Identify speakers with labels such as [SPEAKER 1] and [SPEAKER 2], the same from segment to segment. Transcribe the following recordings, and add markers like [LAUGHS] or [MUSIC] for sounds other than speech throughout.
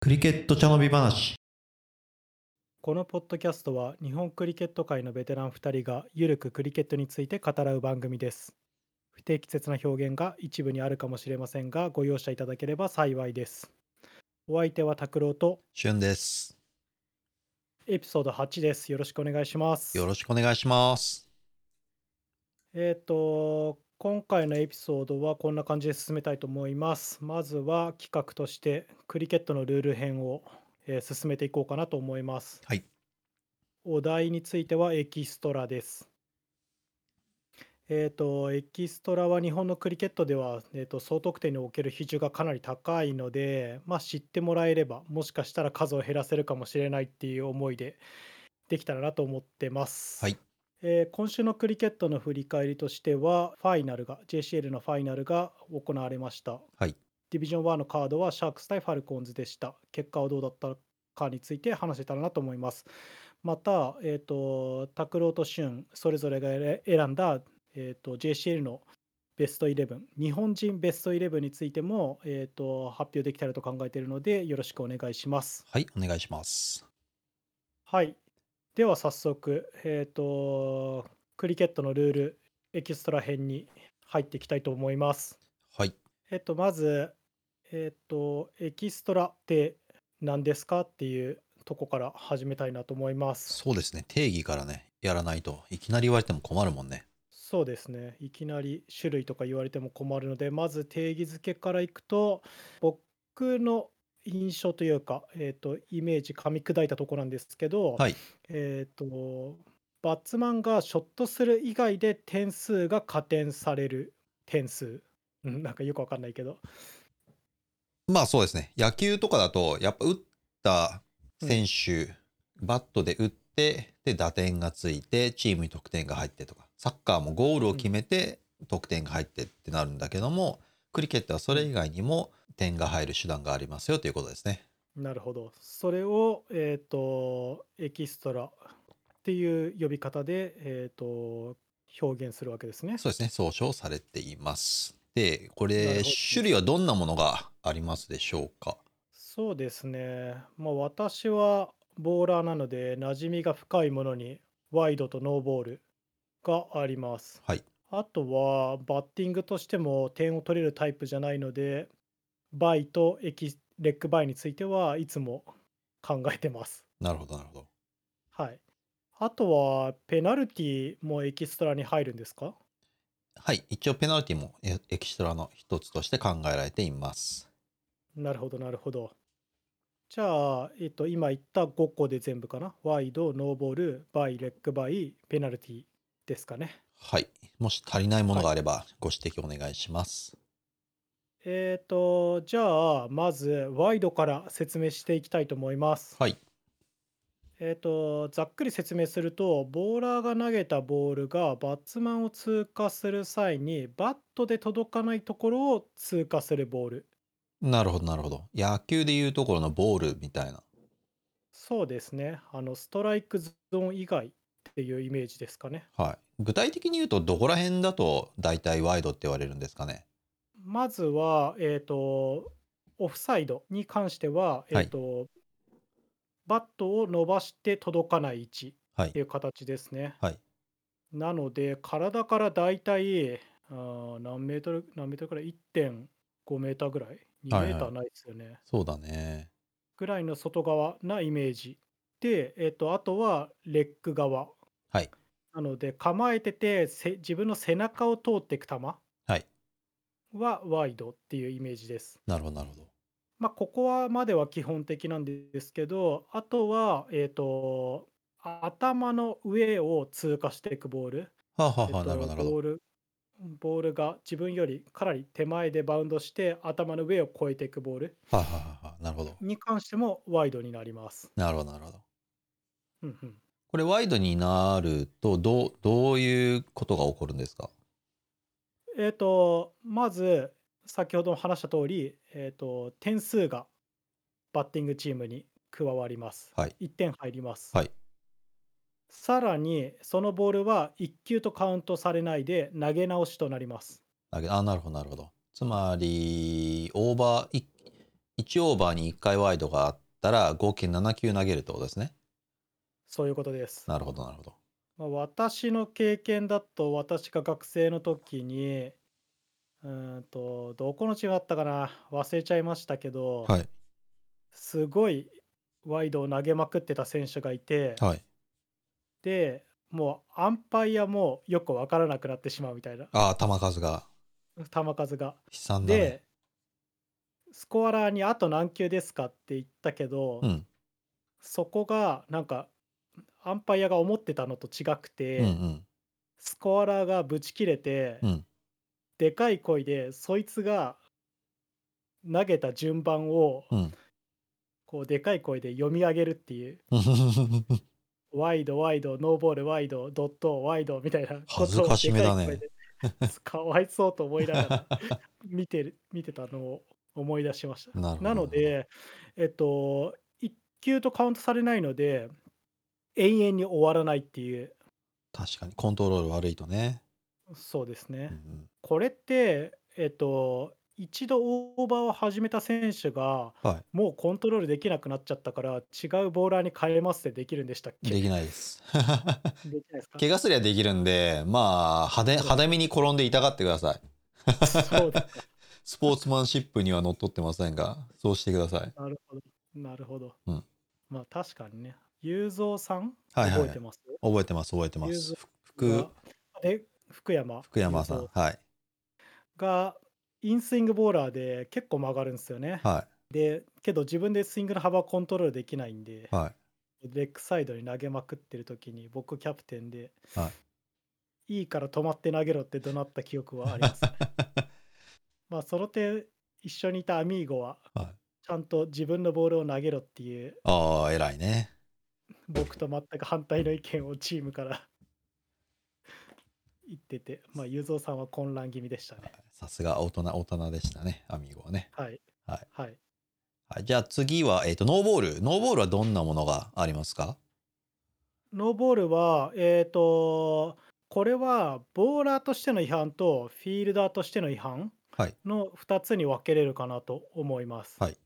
[SPEAKER 1] クリケット茶飲み話
[SPEAKER 2] このポッドキャストは日本クリケット界のベテラン2人がゆるくクリケットについて語らう番組です。不適切な表現が一部にあるかもしれませんがご容赦いただければ幸いです。お相手は拓郎と
[SPEAKER 1] 旬です
[SPEAKER 2] エピソード8です。よろしくお願いします。
[SPEAKER 1] よろしくお願いします
[SPEAKER 2] えっ、と、今回のエピソードはこんな感じで進めたいと思います。まずは企画としてクリケットのルール編を、えー進めていこうかなと思います。
[SPEAKER 1] はい
[SPEAKER 2] お題についてはエキストラです。えっ、と、エキストラは日本のクリケットでは、えー、と総得点における比重がかなり高いので、まあ、知ってもらえれば、もしかしたら数を減らせるかもしれないっていう思いでできたらなと思ってます。
[SPEAKER 1] はい
[SPEAKER 2] えー今週のクリケットの振り返りとしては、ファイナルが、JCL のファイナルが行われました。
[SPEAKER 1] はい
[SPEAKER 2] ディビジョン1のカードはシャークス対ファルコンズでした。結果はどうだったかについて話せたらなと思います。また、えっ、と、拓郎と俊、それぞれが選選んだ、えっ、と、JCL のベスト11、日本人ベスト11についても、えっ、と、発表できたらと考えているので、よろしくお願いします。
[SPEAKER 1] はいお願いします
[SPEAKER 2] はい。では早速、えっ、と、クリケットのルール、エキストラ編に入っていきたいと思います。
[SPEAKER 1] はい
[SPEAKER 2] えっと、まず、えっと、エキストラって何ですかっていうとこから始めたいなと思います。
[SPEAKER 1] そうですね定義からねやらないといきなり言われても困るもんね
[SPEAKER 2] そうですね。いきなり種類とか言われても困るので、まず定義づけからいくと、僕の印象というか、えっと、イメージ噛み砕いたとこなんですけど、
[SPEAKER 1] はい
[SPEAKER 2] えっと、バッツマンがショットする以外で点数が加点される点数。うんなんかよくわかんないけど。
[SPEAKER 1] まあそうですね野球とかだとやっぱ打った選手、バットで打ってで打点がついてチームに得点が入ってとかサッカーもゴールを決めて得点が入ってってなるんだけども、クリケットはそれ以外にも点が入る手段がありますよということですね
[SPEAKER 2] なるほど。それを、えっ、と、エキストラっていう呼び方で、えっ、と、表現するわけですね。
[SPEAKER 1] そうですね、総称されています。で、こ
[SPEAKER 2] なる
[SPEAKER 1] れ
[SPEAKER 2] ほど、
[SPEAKER 1] 種類はどんなものがありますでしょうか。
[SPEAKER 2] そうですね。まあ、私はボーラーなので、馴染みが深いものに、ワイドとノーボールがあります。
[SPEAKER 1] はい。
[SPEAKER 2] あとは、バッティングとしても点を取れるタイプじゃないので、バイとエキレッグバイについてはいつも考えてます。
[SPEAKER 1] なるほど、なるほど。
[SPEAKER 2] はい。あとは、ペナルティもエキストラに入るんですか
[SPEAKER 1] はい、一応ペナルティもエエキストラの一つとして考えられています。
[SPEAKER 2] なるほど、なるほど。じゃあ、えっと、今言った5個で全部かな。ワイド、ノーボール、バイ、レックバイ、ペナルティですかね。
[SPEAKER 1] はい。もし足りないものがあれば、ご指摘お願いします。
[SPEAKER 2] えっと、じゃあ、まず、ワイドから説明していきたいと思います。
[SPEAKER 1] はい。
[SPEAKER 2] えっと、ざっくり説明すると、ボーラーが投げたボールがバッツマンを通過する際に、バットで届かないところを通過するボール。
[SPEAKER 1] なるほど、なるほど。野球でいうところのボールみたいな。
[SPEAKER 2] そうですね。あの、ストライクゾーン以外っていうイメージですかね。
[SPEAKER 1] はい。具体的に言うと、どこら辺だと、大体ワイドって言われるんですかね。
[SPEAKER 2] まずは、えっ、と、オフサイドに関しては、えっ、
[SPEAKER 1] はい
[SPEAKER 2] と、バットを伸ばして届かない位置
[SPEAKER 1] はい
[SPEAKER 2] っていう形ですね。
[SPEAKER 1] はい
[SPEAKER 2] なので、体からだいたいあー何メートル、何メートルくらい ?1.5 メーターぐらい ?2
[SPEAKER 1] はいは
[SPEAKER 2] メ
[SPEAKER 1] い
[SPEAKER 2] ーターないですよね。
[SPEAKER 1] そうだね。
[SPEAKER 2] ぐらいの外側なイメージ。で、えっ、と、あとはレッグ側。
[SPEAKER 1] はい
[SPEAKER 2] なので、構えてて、せ自分の背中を通っていく球は
[SPEAKER 1] はい
[SPEAKER 2] ワイドっていうイメージです。
[SPEAKER 1] なるほど、なるほど。
[SPEAKER 2] まあ、ここはまでは基本的なんですけど、あとは、えっ、と、頭の上を通過していくボール。
[SPEAKER 1] はあ、はあ、は
[SPEAKER 2] え
[SPEAKER 1] あ、
[SPEAKER 2] っ
[SPEAKER 1] な
[SPEAKER 2] と
[SPEAKER 1] るほど、なるほ
[SPEAKER 2] ボ
[SPEAKER 1] ど
[SPEAKER 2] ー。ルボールが自分よりかなり手前でバウンドして頭の上を越えていくボール
[SPEAKER 1] はいはいはいはいなるほど。
[SPEAKER 2] に関してもワイドになります。
[SPEAKER 1] なるほど、なるほど。
[SPEAKER 2] うんうん
[SPEAKER 1] これ、ワイドになると、どう、どういうことが起こるんですか
[SPEAKER 2] えっ、と、まず、先ほども話した通り、えっ、と、点数がバッティングチームに加わります。
[SPEAKER 1] はい
[SPEAKER 2] 1点入ります。
[SPEAKER 1] はい
[SPEAKER 2] さらに、そのボールは1球とカウントされないで投げ直しとなります。
[SPEAKER 1] あ、なるほど、なるほど。つまり、オーバー、い1 1オーバーに1回ワイドがあったら合計7球投げるってことですね。
[SPEAKER 2] そういうことです。
[SPEAKER 1] なるほどなるほど。
[SPEAKER 2] まあ、私の経験だと私が学生の時にうーんとどこのチームだったかな忘れちゃいましたけど、
[SPEAKER 1] はい
[SPEAKER 2] すごいワイドを投げまくってた選手がいて、
[SPEAKER 1] はい。
[SPEAKER 2] でもうアンパイアもよく分からなくなってしまうみたいな
[SPEAKER 1] ああ球数が
[SPEAKER 2] 球数が。
[SPEAKER 1] 悲惨だね。
[SPEAKER 2] でスコアラーにあと何球ですかって言ったけど、
[SPEAKER 1] うん
[SPEAKER 2] そこがなんかアンパイアが思ってたのと違くて。
[SPEAKER 1] うんうん
[SPEAKER 2] スコアラーがぶち切れて、 [LAUGHS]
[SPEAKER 1] うん
[SPEAKER 2] でかい声でそいつが投げた順番を
[SPEAKER 1] うん。
[SPEAKER 2] こうでかい声で読み上げるっていうワイドワイドノーボールワイドドットワイドみたいな
[SPEAKER 1] 恥ずかしめだね
[SPEAKER 2] でかい
[SPEAKER 1] [LAUGHS]
[SPEAKER 2] 声でかわいそうと思いながら見てる見てたのを思い出しました。
[SPEAKER 1] なるほど
[SPEAKER 2] なので、えっと、1球とカウントされないので永遠に終わらないっていう
[SPEAKER 1] 確かにコントロール悪いとね。
[SPEAKER 2] そうですね。
[SPEAKER 1] うんうん
[SPEAKER 2] これって、えっと、一度オーバーを始めた選手が、
[SPEAKER 1] は
[SPEAKER 2] もうコントロールできなくなっちゃったから、違うボーラーに変えますってできるんでしたっけ
[SPEAKER 1] で
[SPEAKER 2] で
[SPEAKER 1] きないです。 [LAUGHS]
[SPEAKER 2] きないですか
[SPEAKER 1] 怪我すりゃできるんで、まあ、派手、派手めに転んで痛がってください。
[SPEAKER 2] [LAUGHS] そうですか
[SPEAKER 1] スポーツマンシップにはのっとってませんが、そうしてください。
[SPEAKER 2] なるほど。なるほど。
[SPEAKER 1] うん
[SPEAKER 2] まあ確かにね。雄三さん、
[SPEAKER 1] はいはいはい
[SPEAKER 2] 覚えてます
[SPEAKER 1] 覚えてます、覚えてま
[SPEAKER 2] ゆ
[SPEAKER 1] す
[SPEAKER 2] ず。
[SPEAKER 1] 福、
[SPEAKER 2] で福山。
[SPEAKER 1] 福山さ
[SPEAKER 2] 雄
[SPEAKER 1] ん。
[SPEAKER 2] 三
[SPEAKER 1] はい。
[SPEAKER 2] が、インスイングボーラーで結構曲がるんですよね。
[SPEAKER 1] は
[SPEAKER 2] で、けど自分でスイングの幅コントロールできないんで。
[SPEAKER 1] い。はい。 [LAUGHS]
[SPEAKER 2] レックサイドに投げまくってる時に僕キャプテンで、、
[SPEAKER 1] はい
[SPEAKER 2] いから止まって投げろって怒鳴った記憶はあ
[SPEAKER 1] [LAUGHS]
[SPEAKER 2] りますねまあその点一緒にいたアミーゴは、
[SPEAKER 1] はい
[SPEAKER 2] ちゃんと自分のボールを投げろっていう
[SPEAKER 1] ああ、偉いね。
[SPEAKER 2] 僕と全く反対の意見をチームから [LAUGHS] 言っててまあ雄三さんは混乱気味でしたね
[SPEAKER 1] さすが大人、大人でしたね。アミーゴはね。
[SPEAKER 2] はい
[SPEAKER 1] はい
[SPEAKER 2] はい
[SPEAKER 1] はい、じゃあ次は、えっ、と、ノーボール。ノーボールはどんなものがありますか
[SPEAKER 2] ノーボールは、えっ、と、これはボーラーとしての違反とフィールダーとしての違反
[SPEAKER 1] はい
[SPEAKER 2] の2つに分けれるかなと思います。
[SPEAKER 1] はい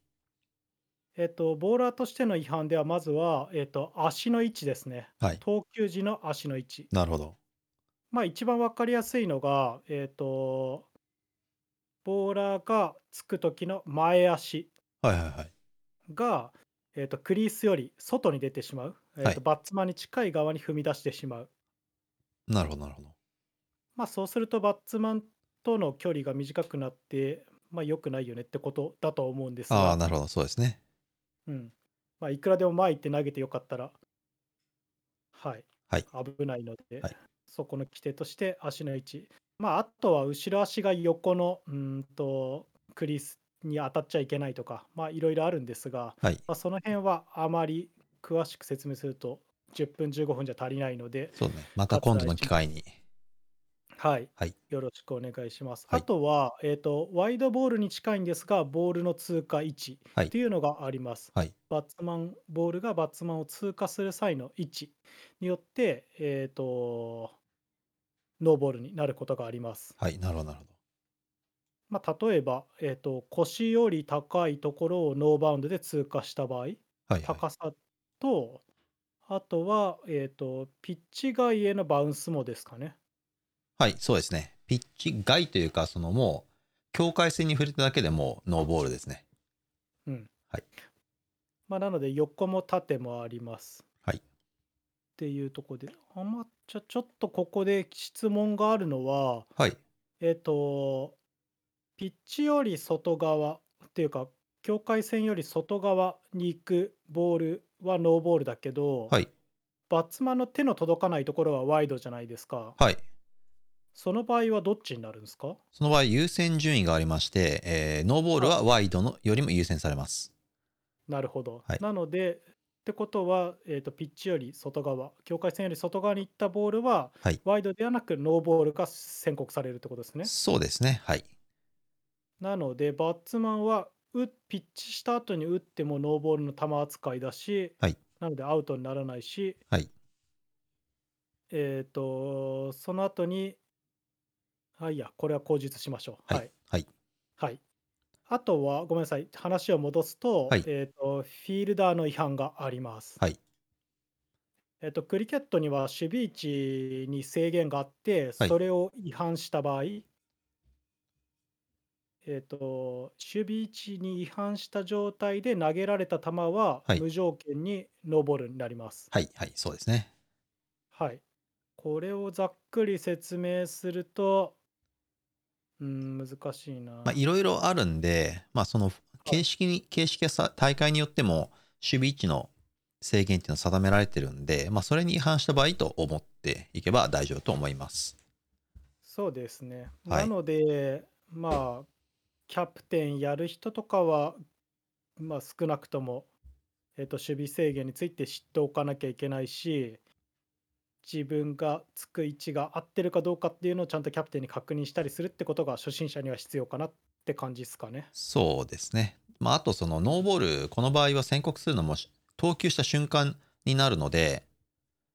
[SPEAKER 2] えっ、と、ボーラーとしての違反では、まずは、えっ、と、足の位置ですね。
[SPEAKER 1] はい
[SPEAKER 2] 投球時の足の位置。
[SPEAKER 1] なるほど。
[SPEAKER 2] まあ、一番分かりやすいのが、えっ、と、ボーラーがつく時の前足
[SPEAKER 1] はいはいはい。
[SPEAKER 2] が、えっとクリースより外に出てしまう、えっと
[SPEAKER 1] はい
[SPEAKER 2] バッツマンに近い側に踏み出してしまう。
[SPEAKER 1] なるほど、なるほど。
[SPEAKER 2] まあそうするとバッツマンとの距離が短くなって、まあ良くないよねってことだと思うんです
[SPEAKER 1] あ
[SPEAKER 2] が、
[SPEAKER 1] あ、なるほど、そうですね。
[SPEAKER 2] うん。まあいくらでも前行って投げてよかったら、はい、
[SPEAKER 1] はい
[SPEAKER 2] 危ないので、
[SPEAKER 1] はい
[SPEAKER 2] そこの規定として足の位置。まああとは後ろ足が横の、うーんと、クリスに当たっちゃいけないとか、まあいろいろあるんですが、
[SPEAKER 1] はい。
[SPEAKER 2] まあ、その辺はあまり詳しく説明すると10分15分じゃ足りないので、
[SPEAKER 1] そうね。また今度の機会に。
[SPEAKER 2] はい、
[SPEAKER 1] はい
[SPEAKER 2] よろしくお願いします。
[SPEAKER 1] はい
[SPEAKER 2] あとは、えーと、ワイドボールに近いんですが、ボールの通過位置
[SPEAKER 1] はい
[SPEAKER 2] っていうのがあります。
[SPEAKER 1] はい
[SPEAKER 2] バッツマン、ボールがバッツマンを通過する際の位置によって、えーと、ノーボールになることがあります。
[SPEAKER 1] はい、なるほど、なるほど。
[SPEAKER 2] まあ、例えば、えーと、腰より高いところをノーバウンドで通過した場合、
[SPEAKER 1] はい、はい。
[SPEAKER 2] 高さと、あとは、えーと、ピッチ外へのバウンスもですかね。
[SPEAKER 1] はい、そうですね。ピッチ外というか、そのもう、境界線に触れただけでもうノーボールですね。
[SPEAKER 2] まあ、なので横も縦もあります。
[SPEAKER 1] はい
[SPEAKER 2] っていうところで、あまあちょちょっとここで質問があるのは、
[SPEAKER 1] はい。
[SPEAKER 2] えっ、と、ピッチより外側っていうか、境界線より外側に行くボールはノーボールだけど、
[SPEAKER 1] はい。
[SPEAKER 2] バッツマンの手の届かないところはワイドじゃないですか。
[SPEAKER 1] はい。
[SPEAKER 2] その場合はどっちになるんですか
[SPEAKER 1] その場合、優先順位がありまして、えーノーボールはワイドのよりも優先されます。
[SPEAKER 2] なるほど。
[SPEAKER 1] はい
[SPEAKER 2] なので、ってことは、えーと、ピッチより外側、境界線より外側に行ったボールは、
[SPEAKER 1] はい
[SPEAKER 2] ワイドではなくノーボールが宣告されるってことですね。
[SPEAKER 1] そうですね。はい。
[SPEAKER 2] なので、バッツマンは打ピッチした後に打ってもノーボールの球扱いだし、
[SPEAKER 1] はい
[SPEAKER 2] なのでアウトにならないし、
[SPEAKER 1] はい
[SPEAKER 2] えー、とその後に、あいいや、これは口述しましょう。
[SPEAKER 1] はい。はい。
[SPEAKER 2] はい。あとは、ごめんなさい、話を戻すと、
[SPEAKER 1] はい
[SPEAKER 2] えー、とフィールダーの違反があります。
[SPEAKER 1] はい
[SPEAKER 2] えー、とクリケットには守備位置に制限があって、
[SPEAKER 1] はい
[SPEAKER 2] それを違反した場合、えー、と守備位置に違反した状態で投げられた球は、
[SPEAKER 1] はい
[SPEAKER 2] 無条件にノーボールになります。
[SPEAKER 1] はいはいそうですね
[SPEAKER 2] はい。これをざっくり説明すると、うん、難しいな。
[SPEAKER 1] まあいろいろあるんでまあその形式に形式やさ大会によっても守備位置の制限っていうのは定められてるんでまあそれに違反した場合と思っていけば大丈夫と思います
[SPEAKER 2] そうですね。
[SPEAKER 1] はい
[SPEAKER 2] なので、まあ、キャプテンやる人とかは、まあ、少なくとも、えっと、守備制限について知っておかなきゃいけないし、自分がつく位置が合ってるかどうかっていうのをちゃんとキャプテンに確認したりするってことが初心者には必要かなって感じですかね。
[SPEAKER 1] そうですね。まあ、あとそのノーボール、この場合は宣告するのもし投球した瞬間になるので、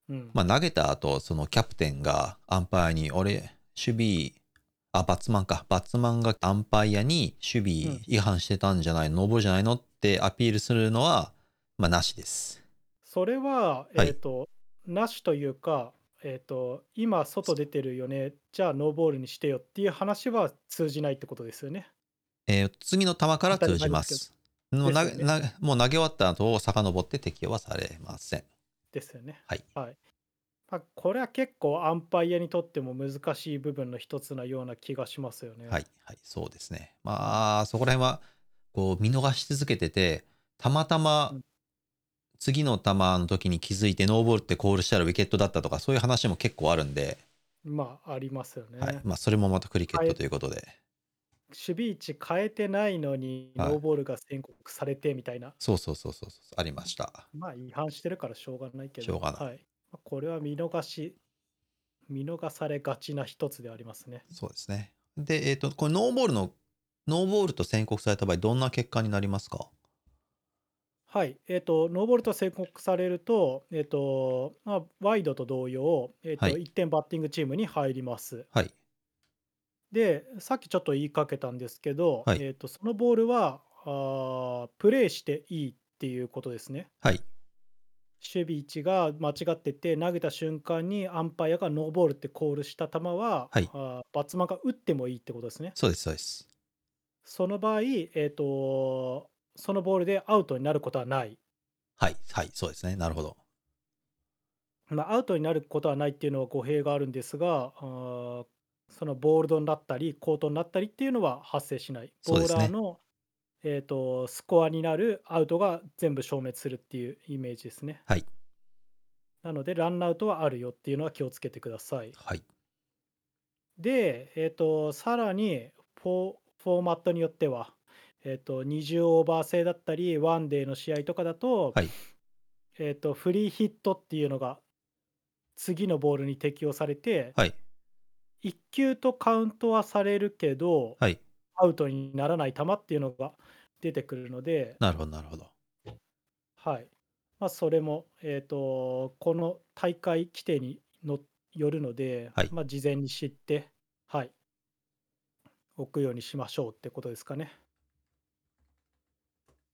[SPEAKER 2] うん。
[SPEAKER 1] まあ、投げた後、そのキャプテンがアンパイアに、俺、守備、あ、バッツマンか、バッツマンがアンパイアに守備違反してたんじゃないの、ノーボールじゃないのってアピールするのは、まあ、なしです。
[SPEAKER 2] それは、え
[SPEAKER 1] はい
[SPEAKER 2] っ、と、なしというか、えっ、と、今、外出てるよね、じゃあノーボールにしてよっていう話は通じないってことですよね。
[SPEAKER 1] えー次の球から通じます。もう投げ
[SPEAKER 2] ですよ
[SPEAKER 1] なもう投げ終わった後を遡って適用はされません。
[SPEAKER 2] ですよね。
[SPEAKER 1] はい
[SPEAKER 2] まあ、これは結構アンパイアにとっても難しい部分の一つなような気がしますよね。
[SPEAKER 1] はい、はい、そうですね。まあ、そこら辺は、こう、見逃し続けてて、たまたま
[SPEAKER 2] うん、
[SPEAKER 1] 次の球の時に気づいて、ノーボールってコールしたらウィケットだったとか、そういう話も結構あるんで、
[SPEAKER 2] まあありますよね。
[SPEAKER 1] はい。
[SPEAKER 2] 守
[SPEAKER 1] まあ、それもまたクリケッ
[SPEAKER 2] は
[SPEAKER 1] ト
[SPEAKER 2] い
[SPEAKER 1] ということで、
[SPEAKER 2] 備位置変えてないのに
[SPEAKER 1] はい
[SPEAKER 2] ノーボールが宣告されてみたいな、
[SPEAKER 1] そうそうそうそうそう、ありました。
[SPEAKER 2] まあ違反してるからしょうがないけど、
[SPEAKER 1] しょうがない
[SPEAKER 2] はいまあこれは見逃し、見逃されがちな一つでありますね。
[SPEAKER 1] そうですね。で、えっ、と、これ、ノーボールの、ノーボールと宣告された場合、どんな結果になりますか
[SPEAKER 2] はい、えっ、と、ノーボールと宣告されると、えっ、と、まあ、ワイドと同様、えっ、と、
[SPEAKER 1] はい
[SPEAKER 2] 1点バッティングチームに入ります。
[SPEAKER 1] はい。
[SPEAKER 2] で、さっきちょっと言いかけたんですけど、
[SPEAKER 1] はい
[SPEAKER 2] えー、とそのボールはあープレーしていいっていうことですね。
[SPEAKER 1] はい。
[SPEAKER 2] 守備位置が間違ってて、投げた瞬間にアンパイアがノーボールってコールした球は、
[SPEAKER 1] はい
[SPEAKER 2] あーバッツマンが打ってもいいってことですね。
[SPEAKER 1] そうです、そうです。
[SPEAKER 2] その場合、えーと、そのボールでアウトになることはない。
[SPEAKER 1] はい。はい。そうですね。なるほど。
[SPEAKER 2] まあ、アウトになることはないっていうのは語弊があるんですが、あーそのボールドになったり、コートになったりっていうのは発生しない。
[SPEAKER 1] そう
[SPEAKER 2] ボ
[SPEAKER 1] です
[SPEAKER 2] ー
[SPEAKER 1] ね
[SPEAKER 2] ラーの、えー、とスコアになるアウトが全部消滅するっていうイメージですね。
[SPEAKER 1] はい
[SPEAKER 2] なので、ランアウトはあるよっていうのは気をつけてください。
[SPEAKER 1] はい。
[SPEAKER 2] で、えー、とさらにフォーフォーマットによっては、えー、と20オーバー制だったりワンデーの試合とかだと,、
[SPEAKER 1] はい
[SPEAKER 2] えー、とフリーヒットっていうのが次のボールに適用されて、
[SPEAKER 1] はい。
[SPEAKER 2] 1球とカウントはされるけど、
[SPEAKER 1] はい。
[SPEAKER 2] アウトにならない球っていうのが出てくるので、
[SPEAKER 1] なるほど、なるほど。
[SPEAKER 2] はいまあ、それも、えー、とこの大会規定にのよるので、
[SPEAKER 1] はい
[SPEAKER 2] まあ、事前に知って、はい、置くようにしましょうってことですかね。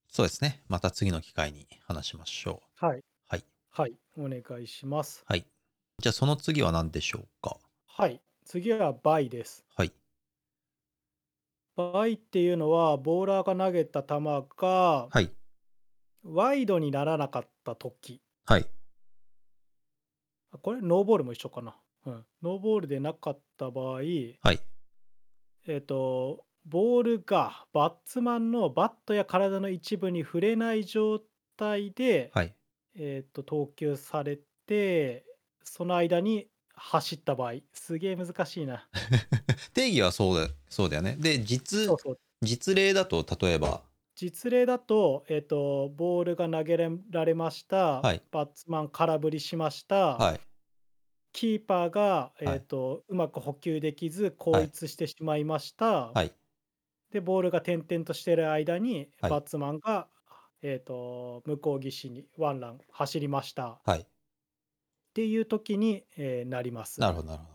[SPEAKER 1] そうですね。また次の機会に話しましょう。
[SPEAKER 2] はい、
[SPEAKER 1] はい。
[SPEAKER 2] はい、お願いします。
[SPEAKER 1] はい。じゃあその次は何でしょうか。
[SPEAKER 2] はい、次は倍です。
[SPEAKER 1] はい。
[SPEAKER 2] 倍っていうのは、ボーラーが投げた球が
[SPEAKER 1] はい。
[SPEAKER 2] ワイドにならなかったとき、
[SPEAKER 1] はい。
[SPEAKER 2] あこれ、ノーボールも一緒かな。うん、ノーボールでなかった場合、
[SPEAKER 1] はい。
[SPEAKER 2] えっ、と、ボールがバッツマンのバットや体の一部に触れない状態で、
[SPEAKER 1] はい。
[SPEAKER 2] えっ、と、投球されて、その間に走った場合、すげえ難しい
[SPEAKER 1] [LAUGHS]
[SPEAKER 2] な。
[SPEAKER 1] 定義はそうだそうだよね。で、実
[SPEAKER 2] そう、そう。
[SPEAKER 1] 実例だと、例えば、
[SPEAKER 2] 実例だと、えっ、と、ボールが投げられました、
[SPEAKER 1] はい
[SPEAKER 2] バッツマン空振りしました、
[SPEAKER 1] はい。
[SPEAKER 2] キーパーが、えっ、
[SPEAKER 1] はい
[SPEAKER 2] と、うまく補給できず、後逸してしまいました、
[SPEAKER 1] はい。
[SPEAKER 2] でボールが点々としてる間に
[SPEAKER 1] はい
[SPEAKER 2] バッツマンが、えー、と向こう岸にワンラン走りましたっ
[SPEAKER 1] はい。
[SPEAKER 2] ていう時に、えーなります。
[SPEAKER 1] なるほど、なるほど。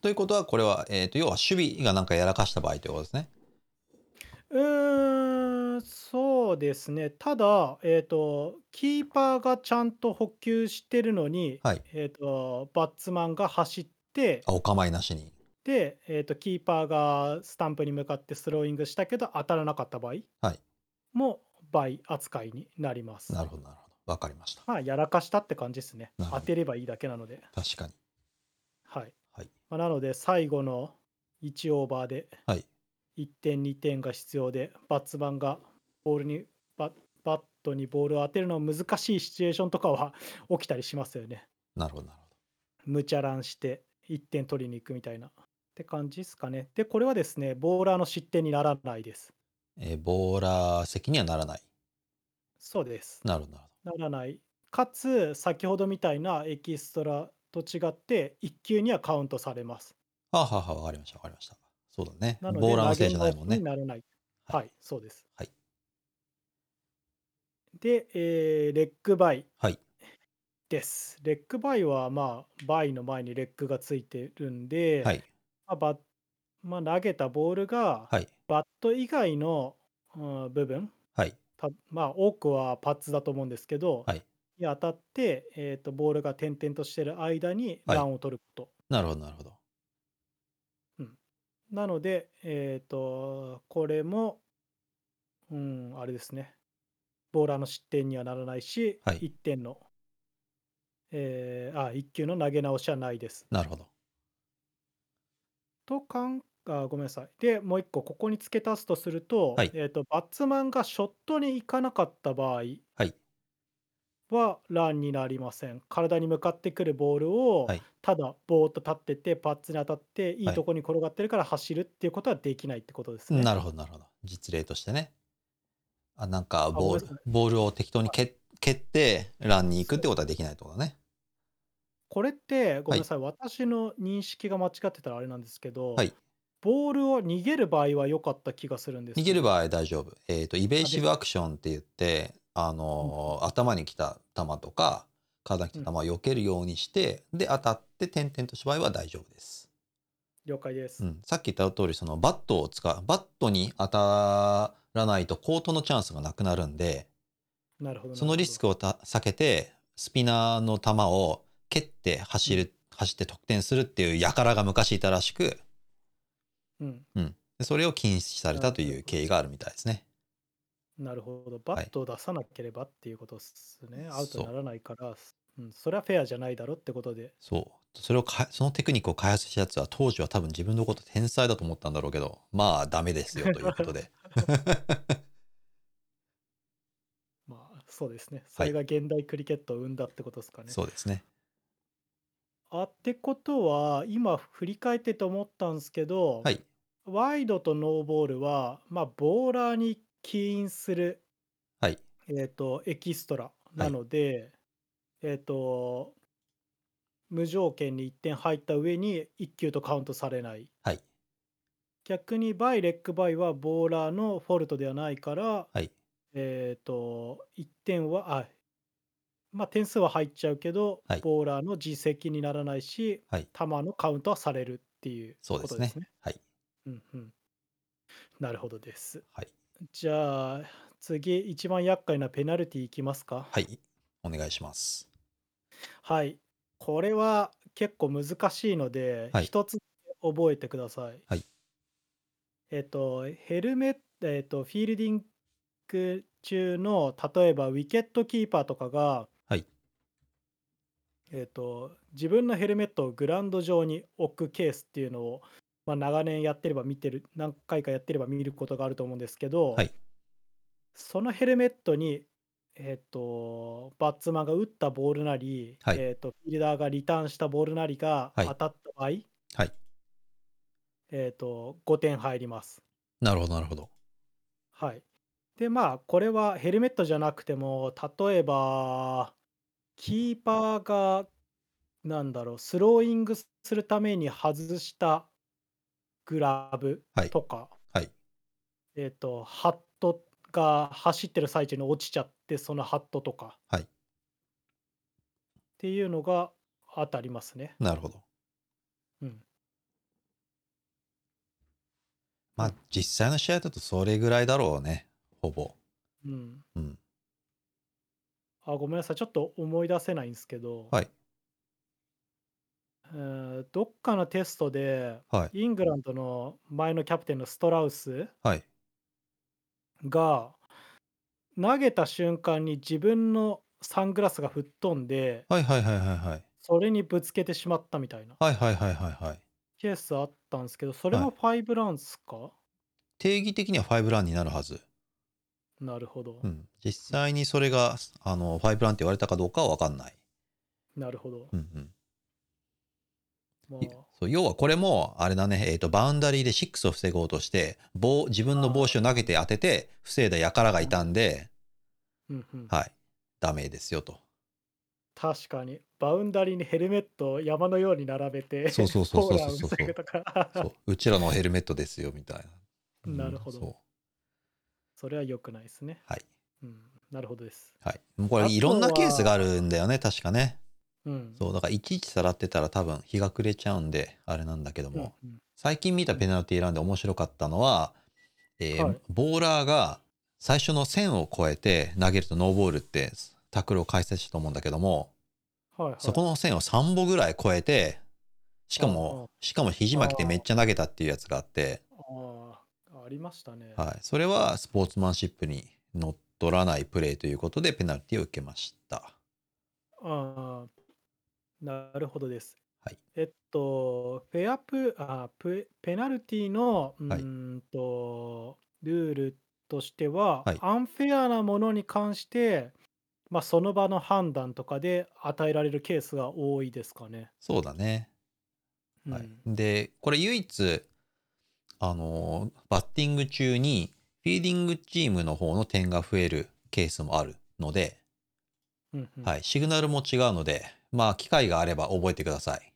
[SPEAKER 1] ということは、これは、えっ、と、要は守備がなんかやらかした場合ということですね。
[SPEAKER 2] うーそうですね、ただ、えーと、キーパーがちゃんと補給してるのに、
[SPEAKER 1] はい。
[SPEAKER 2] えーと、バッツマンが走って、
[SPEAKER 1] あ、お構いなしに。
[SPEAKER 2] で、えーと、キーパーがスタンプに向かってスローイングしたけど、当たらなかった場合
[SPEAKER 1] はい
[SPEAKER 2] も倍扱いになります。
[SPEAKER 1] なるほど、なるほど。わかりました。
[SPEAKER 2] まあ、やらかしたって感じですね
[SPEAKER 1] なる。ほ
[SPEAKER 2] 当
[SPEAKER 1] ど
[SPEAKER 2] てればいいだけなので。
[SPEAKER 1] 確かに。
[SPEAKER 2] はい
[SPEAKER 1] はい。
[SPEAKER 2] まあ、なので、最後の1オーバーで
[SPEAKER 1] はい。
[SPEAKER 2] 1点、2点が必要で、バッツマンがボールにババットにボールを当てるのは難しいシチュエーションとかは [LAUGHS] 起きたりしますよね。
[SPEAKER 1] なるほど、なるほど。
[SPEAKER 2] 無茶乱して1点取りに行くみたいな。って感じですかね。で、これはですね、ボーラーの失点にならないです。
[SPEAKER 1] えーボーラー席にはならない。
[SPEAKER 2] そうです。
[SPEAKER 1] なるほど、なるほ
[SPEAKER 2] ならない。かつ、先ほどみたいなエキストラと違って、1球にはカウントされます。
[SPEAKER 1] ど。はあ、はあはあ、わかりました、わかりました。そうだね。
[SPEAKER 2] なので、
[SPEAKER 1] ボーラーの
[SPEAKER 2] 投
[SPEAKER 1] せい
[SPEAKER 2] げ
[SPEAKER 1] じゃないもんね
[SPEAKER 2] に。ならない。
[SPEAKER 1] は
[SPEAKER 2] はいい、そうです。
[SPEAKER 1] はい
[SPEAKER 2] で、えーレッグバイ
[SPEAKER 1] はい。
[SPEAKER 2] です。レッグバイは、まあ、バイの前にレッグがついてるんで、
[SPEAKER 1] はい。
[SPEAKER 2] まあバッまあ、投げたボールが、
[SPEAKER 1] はい。
[SPEAKER 2] バット以外の、うん部分、
[SPEAKER 1] はい。
[SPEAKER 2] たまあ、多くはパッツだと思うんですけど、
[SPEAKER 1] はい
[SPEAKER 2] に当たって、えーと、ボールが点々としてる間に
[SPEAKER 1] はい
[SPEAKER 2] ランを取ること。
[SPEAKER 1] なるほど、なるほど。
[SPEAKER 2] なので、えっ、と、これも、うん、あれですね。ボーラーの失点にはならないし、
[SPEAKER 1] はい
[SPEAKER 2] 1点の、えーあ、1球の投げ直しはないです。
[SPEAKER 1] なるほど。
[SPEAKER 2] とかんあ、ごめんなさい。で、もう1個、ここに付け足すとすると、
[SPEAKER 1] はい
[SPEAKER 2] えっ、と、バッツマンがショットに行かなかった場合
[SPEAKER 1] はい。
[SPEAKER 2] は、ランになりません。体に向かってくるボールを、
[SPEAKER 1] はい
[SPEAKER 2] ただ、ぼーっと立ってて、パッツに当たって、いい
[SPEAKER 1] はい
[SPEAKER 2] とこに転がってるから走るっていうことはできないってことですね。
[SPEAKER 1] なるほど、なるほど。実例としてね。あ、なんか、ボー
[SPEAKER 2] ごめんな
[SPEAKER 1] ル、ボールを適当に蹴蹴って、ランに行くってことはできないってことだね。
[SPEAKER 2] これってごめんなさい、私の認識が間違ってたらあれなんですけど、
[SPEAKER 1] はい
[SPEAKER 2] ボールを逃げる場合は良かった気がするんです
[SPEAKER 1] 逃
[SPEAKER 2] よ
[SPEAKER 1] げる場合大丈夫。えっ、と、イベーシブアクションって言って、あのー頭に来た球とか、体に来た球を避けるようにして、で、当たって点々とした場合は大丈夫です。
[SPEAKER 2] 了解です、
[SPEAKER 1] うん、さっき言った通りそのバットを使うバットに当たらないとコートのチャンスがなくなるんで
[SPEAKER 2] なるほど
[SPEAKER 1] そのリスク
[SPEAKER 2] を
[SPEAKER 1] をた避けてスピナーの球を蹴って走る走って得点するっていう輩が昔いたらしく、
[SPEAKER 2] うん
[SPEAKER 1] うん、でそれを禁止されたという経緯があるみたいですね。
[SPEAKER 2] なるほどバ
[SPEAKER 1] はい
[SPEAKER 2] ットを出さなければっていうことですね、アウト
[SPEAKER 1] そう
[SPEAKER 2] にならないからうん、それはフェアじゃないだろってことで
[SPEAKER 1] そうそれをかそのテクニックを開発したやつは当時は多分自分のこと天才だと思ったんだろうけどまあダメですよということで
[SPEAKER 2] まあそうですねそれが現代クリケットを生んだってことですかね、
[SPEAKER 1] そうですね
[SPEAKER 2] あってことは今振り返ってと思ったんですけど、
[SPEAKER 1] はい
[SPEAKER 2] ワイドとノーボールは、まあ、ボーラーに起因する、
[SPEAKER 1] はい
[SPEAKER 2] えー、とエキストラなので、えっ、と、無条件に1点入った上に1球とカウントされない。
[SPEAKER 1] はい
[SPEAKER 2] 逆にバイレックバイはボーラーのフォルトではないから、
[SPEAKER 1] はい
[SPEAKER 2] えっ、と、1点は、あまあ、点数は入っちゃうけど、
[SPEAKER 1] はい
[SPEAKER 2] ボーラーの自責にならないし、
[SPEAKER 1] はい
[SPEAKER 2] 球のカウントはされるっていう
[SPEAKER 1] そ
[SPEAKER 2] こ
[SPEAKER 1] うで
[SPEAKER 2] と
[SPEAKER 1] す
[SPEAKER 2] で
[SPEAKER 1] ね
[SPEAKER 2] すね。
[SPEAKER 1] はい
[SPEAKER 2] うんうん、なるほどです。
[SPEAKER 1] はい
[SPEAKER 2] じゃあ次一番厄介なペナルティいきますか。
[SPEAKER 1] はいお願いします
[SPEAKER 2] はい。これは結構難しいので、
[SPEAKER 1] はい
[SPEAKER 2] 一つ覚えてください。
[SPEAKER 1] はい
[SPEAKER 2] えっと、ヘルメット、えっと、フィールディング中の、例えばウィケットキーパーとかが、
[SPEAKER 1] はい
[SPEAKER 2] えっと、自分のヘルメットをグラウンド上に置くケースっていうのを、まあ、長年やってれば見てる、何回かやってれば見ることがあると思うんですけど、
[SPEAKER 1] はい
[SPEAKER 2] そのヘルメットにえっと、バッツマンが打ったボールなり、
[SPEAKER 1] はい
[SPEAKER 2] えっと、フィールダーがリターンしたボールなりが
[SPEAKER 1] はい
[SPEAKER 2] 当たった場合、
[SPEAKER 1] はい
[SPEAKER 2] えっと、5点入ります。
[SPEAKER 1] なるほどなるほど
[SPEAKER 2] はい。で、まあ、これはヘルメットじゃなくても、例えば、キーパーが、なんだろう、スローイングするために外したグラブ
[SPEAKER 1] はい
[SPEAKER 2] とか、
[SPEAKER 1] はい
[SPEAKER 2] えっと、ハットが走ってる最中に落ちちゃって、そのハットとか。
[SPEAKER 1] はい
[SPEAKER 2] っていうのが当たりますね。
[SPEAKER 1] なるほど
[SPEAKER 2] うん。
[SPEAKER 1] まあ実際の試合だとそれぐらいだろうねほぼ
[SPEAKER 2] うん。
[SPEAKER 1] うん。
[SPEAKER 2] あ、ごめんなさい。ちょっと思い出せないんですけど、
[SPEAKER 1] はい
[SPEAKER 2] えーどっかのテストで、
[SPEAKER 1] はい。
[SPEAKER 2] イングランドの前のキャプテンのストラウス
[SPEAKER 1] はい。
[SPEAKER 2] が、投げた瞬間に自分のサングラスが吹っ飛んで、
[SPEAKER 1] はいはいはいはいはい。
[SPEAKER 2] それにぶつけてしまったみたいな
[SPEAKER 1] はいはいはいはいはい。
[SPEAKER 2] ケースあったんですけど、それ
[SPEAKER 1] は
[SPEAKER 2] も
[SPEAKER 1] い
[SPEAKER 2] ファイブランスか、
[SPEAKER 1] 定義的には5ランになるはず。
[SPEAKER 2] なるほど
[SPEAKER 1] う。ん。実際にそれが、あの、5ランって言われたかどうかはわかんない。
[SPEAKER 2] なるほど。
[SPEAKER 1] うんうん。
[SPEAKER 2] ま
[SPEAKER 1] いそう要はこれもあれだね、えー、とバウンダリーで6を防ごうとして棒自分の帽子を投げて当てて防いだ輩がいたんで、
[SPEAKER 2] うんうん、
[SPEAKER 1] はい、ダメですよと。
[SPEAKER 2] 確かにバウンダリーにヘルメットを山のように並べて
[SPEAKER 1] そうそうそうそうそう [LAUGHS] そう
[SPEAKER 2] コーラを防ぐとか
[SPEAKER 1] そううちらのヘルメットですよみたいな。うん
[SPEAKER 2] [LAUGHS] なるほど
[SPEAKER 1] そう
[SPEAKER 2] [LAUGHS] それは良くないですね
[SPEAKER 1] はい、
[SPEAKER 2] うん、なるほどです
[SPEAKER 1] はい、もうこ
[SPEAKER 2] あ
[SPEAKER 1] れ
[SPEAKER 2] とはい
[SPEAKER 1] ろんなケースがあるんだよね確かね。
[SPEAKER 2] うん
[SPEAKER 1] そうだからいちいちさらってたら多分日が暮れちゃうんであれなんだけども、
[SPEAKER 2] うんうん
[SPEAKER 1] 最近見たペナルティーランで面白かったのは、えー
[SPEAKER 2] はい
[SPEAKER 1] ボーラーが最初の線を越えて投げるとノーボールってタックルを解説したと思うんだけども、
[SPEAKER 2] はいはい
[SPEAKER 1] そこの線を3歩ぐらい越えてしか
[SPEAKER 2] うんうん
[SPEAKER 1] もしかも肘巻きでめっちゃ投げたっていうやつがあって、
[SPEAKER 2] あーありましたね、
[SPEAKER 1] はい、それはスポーツマンシップに乗っ取らないプレーということでペナルティーを受けました。
[SPEAKER 2] あーなるほどです、
[SPEAKER 1] はい
[SPEAKER 2] えっとフェアプあープペナルティのう
[SPEAKER 1] はい
[SPEAKER 2] ーんとルールとしては、
[SPEAKER 1] はい
[SPEAKER 2] アンフェアなものに関してまあ、その場の判断とかで与えられるケースが多いですかね。
[SPEAKER 1] そうだね、
[SPEAKER 2] うん
[SPEAKER 1] はい、でこれ唯一あのーバッティング中にフィーディングチームの方の点が増えるケースもあるので、
[SPEAKER 2] うんうん
[SPEAKER 1] はい、シグナルも違うのでまあ機会があれば覚えてください。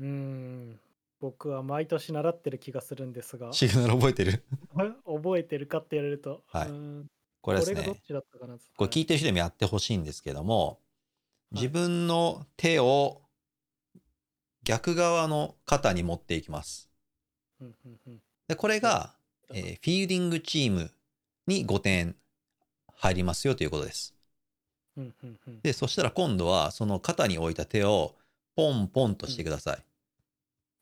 [SPEAKER 2] うーん僕は毎年習ってる気がするんですが
[SPEAKER 1] シグナル覚えてる
[SPEAKER 2] [LAUGHS] 覚えてるかって言われると、
[SPEAKER 1] はいう
[SPEAKER 2] ーん
[SPEAKER 1] こ
[SPEAKER 2] こ
[SPEAKER 1] れです
[SPEAKER 2] れがどっ
[SPEAKER 1] ね
[SPEAKER 2] ちだったかな
[SPEAKER 1] これ聞い
[SPEAKER 2] て、
[SPEAKER 1] てる人にもやってほしいんですけども
[SPEAKER 2] はい
[SPEAKER 1] 自分の手を逆側の肩に持っていきます。
[SPEAKER 2] うんうんうん
[SPEAKER 1] でこれが、えーフィールディングチームに5点入りますよということです。
[SPEAKER 2] うんうんうん
[SPEAKER 1] でそしたら今度はその肩に置いた手をポンポンとしてください、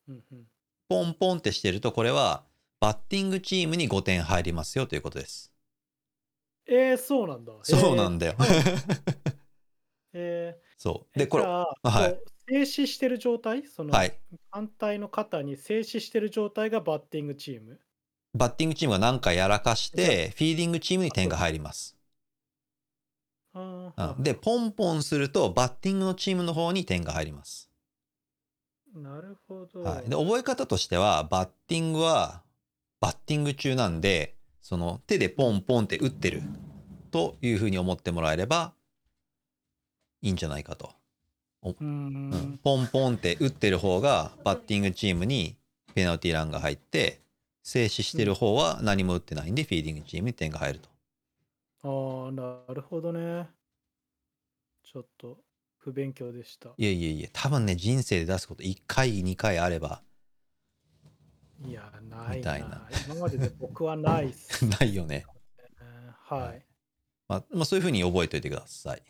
[SPEAKER 2] うんうん
[SPEAKER 1] ポンポンってしてるとこれはバッティングチームに5点入りますよということです
[SPEAKER 2] えー、そうなんだ。
[SPEAKER 1] そうなんだよ、
[SPEAKER 2] えーえ
[SPEAKER 1] [LAUGHS] そう
[SPEAKER 2] ー
[SPEAKER 1] でこれ
[SPEAKER 2] じゃあ
[SPEAKER 1] はい
[SPEAKER 2] こう静止してる状態、その
[SPEAKER 1] はい
[SPEAKER 2] 反対の肩に静止してる状態がバッティングチーム。
[SPEAKER 1] バッティングチームが何回やらかしてフィーディングチームに点が入ります、
[SPEAKER 2] あ
[SPEAKER 1] う
[SPEAKER 2] ー
[SPEAKER 1] んで、ポンポンするとバッティングのチームの方に点が入ります、
[SPEAKER 2] なるほど。
[SPEAKER 1] はい、で覚え方としてはバッティングはバッティング中なんでその手でポンポンって打ってるというふうに思ってもらえればいいんじゃないかと
[SPEAKER 2] うーん
[SPEAKER 1] うんポンポンって打ってる方がバッティングチームにペナルティーランが入って静止してる方は何も打ってないんでフィーディングチームに点が入ると。
[SPEAKER 2] ああ、なるほどね。ちょっと不勉強でした。
[SPEAKER 1] いやいやいや多分ね人生で出すこと1回2回あれば [LAUGHS]
[SPEAKER 2] いや、ない
[SPEAKER 1] み
[SPEAKER 2] な
[SPEAKER 1] たいな
[SPEAKER 2] 今までで僕はないっすね。
[SPEAKER 1] ないよね。[LAUGHS]
[SPEAKER 2] は
[SPEAKER 1] はいい。まあまあ、そういうふうに覚えておいてください。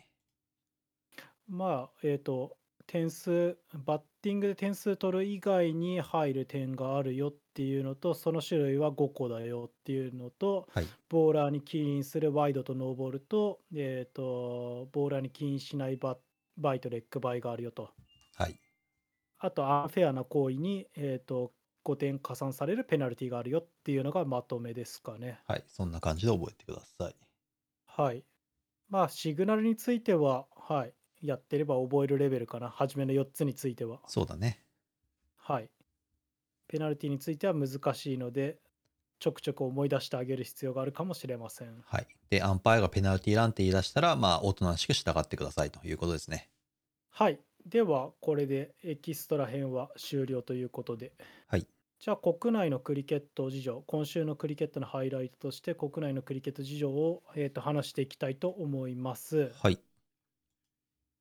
[SPEAKER 2] まあ、えっ、と、点数、バッティングで点数取る以外に入る点があるよっていうのと、その種類は5個だよっていうのと、
[SPEAKER 1] はい
[SPEAKER 2] ボーラーに起因するワイドとノーボールと、えっ、と、ボーラーに起因しないババイとレックバイがあるよと。
[SPEAKER 1] はい。
[SPEAKER 2] あと、アンフェアな行為に、えっ、と、5点加算されるペナルティがあるよっていうのがまとめですかね。
[SPEAKER 1] はい。そんな感じで覚えてください。
[SPEAKER 2] はい。まあ、シグナルについては、はい。やってれば覚えるレベルかな。初めの4つについては。
[SPEAKER 1] そうだね。
[SPEAKER 2] はい。ペナルティについては難しいので、ちょくちょく思い出してあげる必要があるかもしれません。
[SPEAKER 1] はい。で、アンパイアがペナルティーランって言い出したら、まあ、おとなしく従ってくださいということですね。
[SPEAKER 2] はい。では、これでエキストラ編は終了ということで。
[SPEAKER 1] はい。
[SPEAKER 2] じゃあ、国内のクリケット事情、今週のクリケットのハイライトとして、国内のクリケット事情を、えー、と話していきたいと思います。
[SPEAKER 1] はい。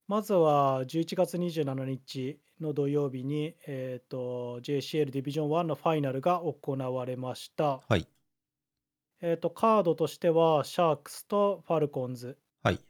[SPEAKER 2] まずは11月27日の土曜日に、えー、と JCL ディビジョン1のファイナルが行われました。
[SPEAKER 1] はい。
[SPEAKER 2] えっと、カードとしては、シャークスとファルコンズ。
[SPEAKER 1] はい。